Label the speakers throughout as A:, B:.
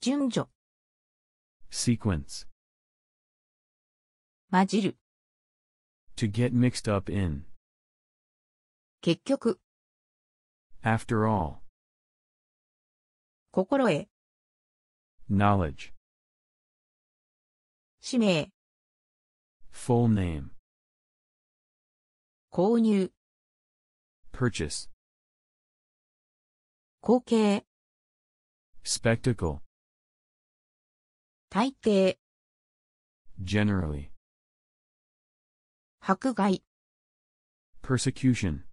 A: 順序、
B: sequence,
A: 混じる、
B: to get mixed up in,
A: 結局、
B: after all,
A: 心得、
B: knowledge,
A: 氏名、
B: full name,
A: 購入、
B: purchase,
A: 後継、
B: spectacle,
A: 大抵、
B: generally,
A: 迫害、
B: persecution,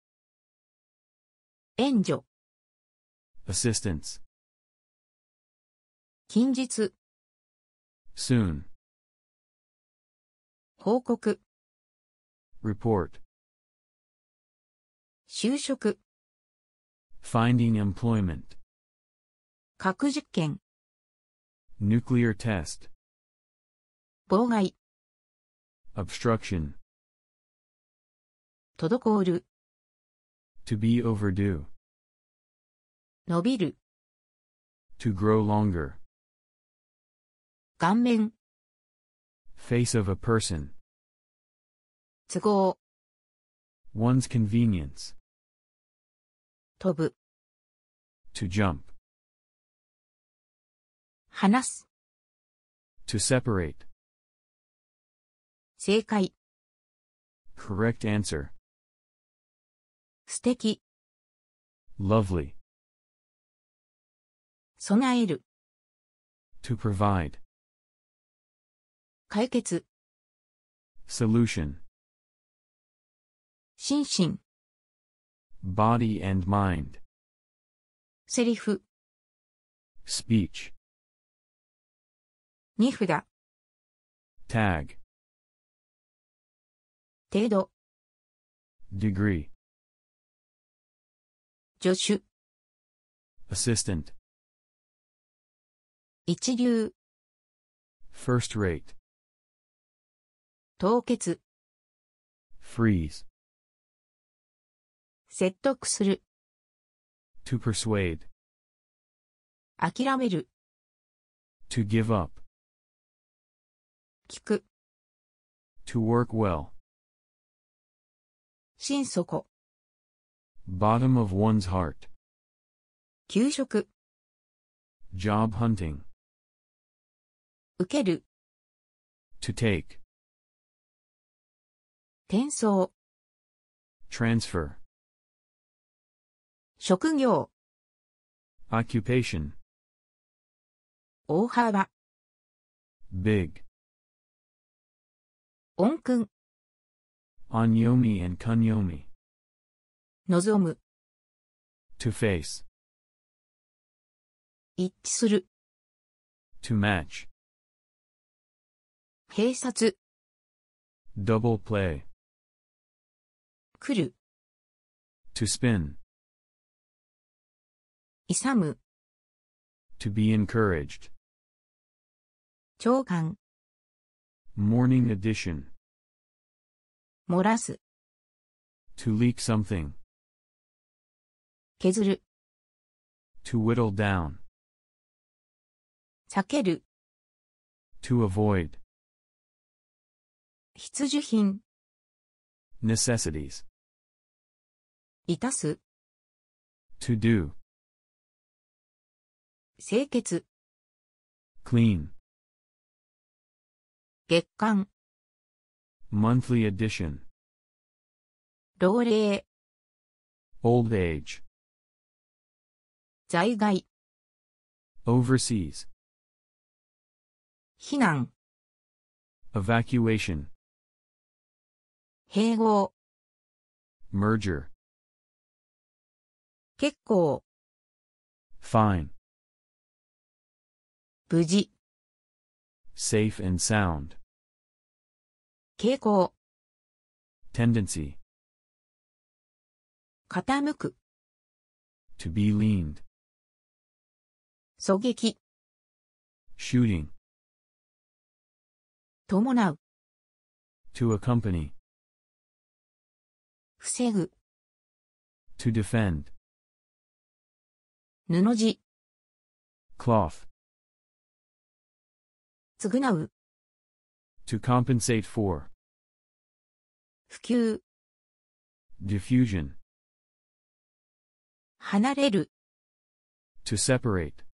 A: 援助、
B: assistance,
A: 近日、
B: soon,
A: 報告、
B: report,
A: 就職、
B: finding employment,
A: 核実験、
B: nuclear test,
A: 妨害、
B: obstruction,
A: 滞る、
B: to be overdue,
A: 伸びる、
B: to grow longer,
A: 顔面、
B: face of a person,
A: 都合、
B: one's convenience,
A: 飛ぶ、
B: to jump,
A: 話す、
B: to separate,
A: 正解、
B: correct answer,
A: 素敵、
B: lovely,
A: 備える、
B: to provide,
A: 解決、
B: solution,
A: 心身、
B: body and mind,
A: セリフ、
B: speech,
A: 荷札、
B: tag,
A: 程度、
B: degree,
A: 助手、
B: assistant,
A: 一流、
B: first rate,
A: 凍結、
B: freeze,
A: 説得する、
B: to persuade,
A: 諦める、
B: to give up,
A: 聞く、
B: to work well,
A: 心底、
B: bottom of one's heart,
A: 給食、
B: job hunting,
A: 受ける、
B: to take,
A: 転送、
B: transfer,
A: 職業、
B: occupation,
A: 大幅、
B: big,
A: 恩訓、
B: onyomi and kunyomi,
A: 望む、
B: to face,
A: 一致する、
B: to match,
A: 併殺、
B: double play,
A: 来る、
B: to spin,
A: 勇む、
B: to be encouraged,
A: 長官、
B: morning edition,
A: 漏らす、
B: to leak something,
A: 削る、
B: to whittle down,
A: 避ける、
B: to avoid,
A: 必需品、
B: necessities,
A: いたす、
B: to do,
A: 清潔、
B: clean,
A: 月間、
B: monthly edition,
A: 老齢、
B: old age,
A: 在外、
B: overseas,
A: 避難、
B: evacuation,
A: 併合、
B: merger,
A: 結構、
B: fine,
A: 無事、
B: safe and sound,
A: 傾向、
B: tendency,
A: 傾く、
B: to be leaned,
A: 狙撃、
B: shooting,
A: 伴う、
B: to accompany,
A: 防ぐ、
B: to defend,
A: 布地、
B: cloth,
A: 償う、
B: to compensate for,
A: 普及、
B: diffusion,
A: 離れる、
B: to separate,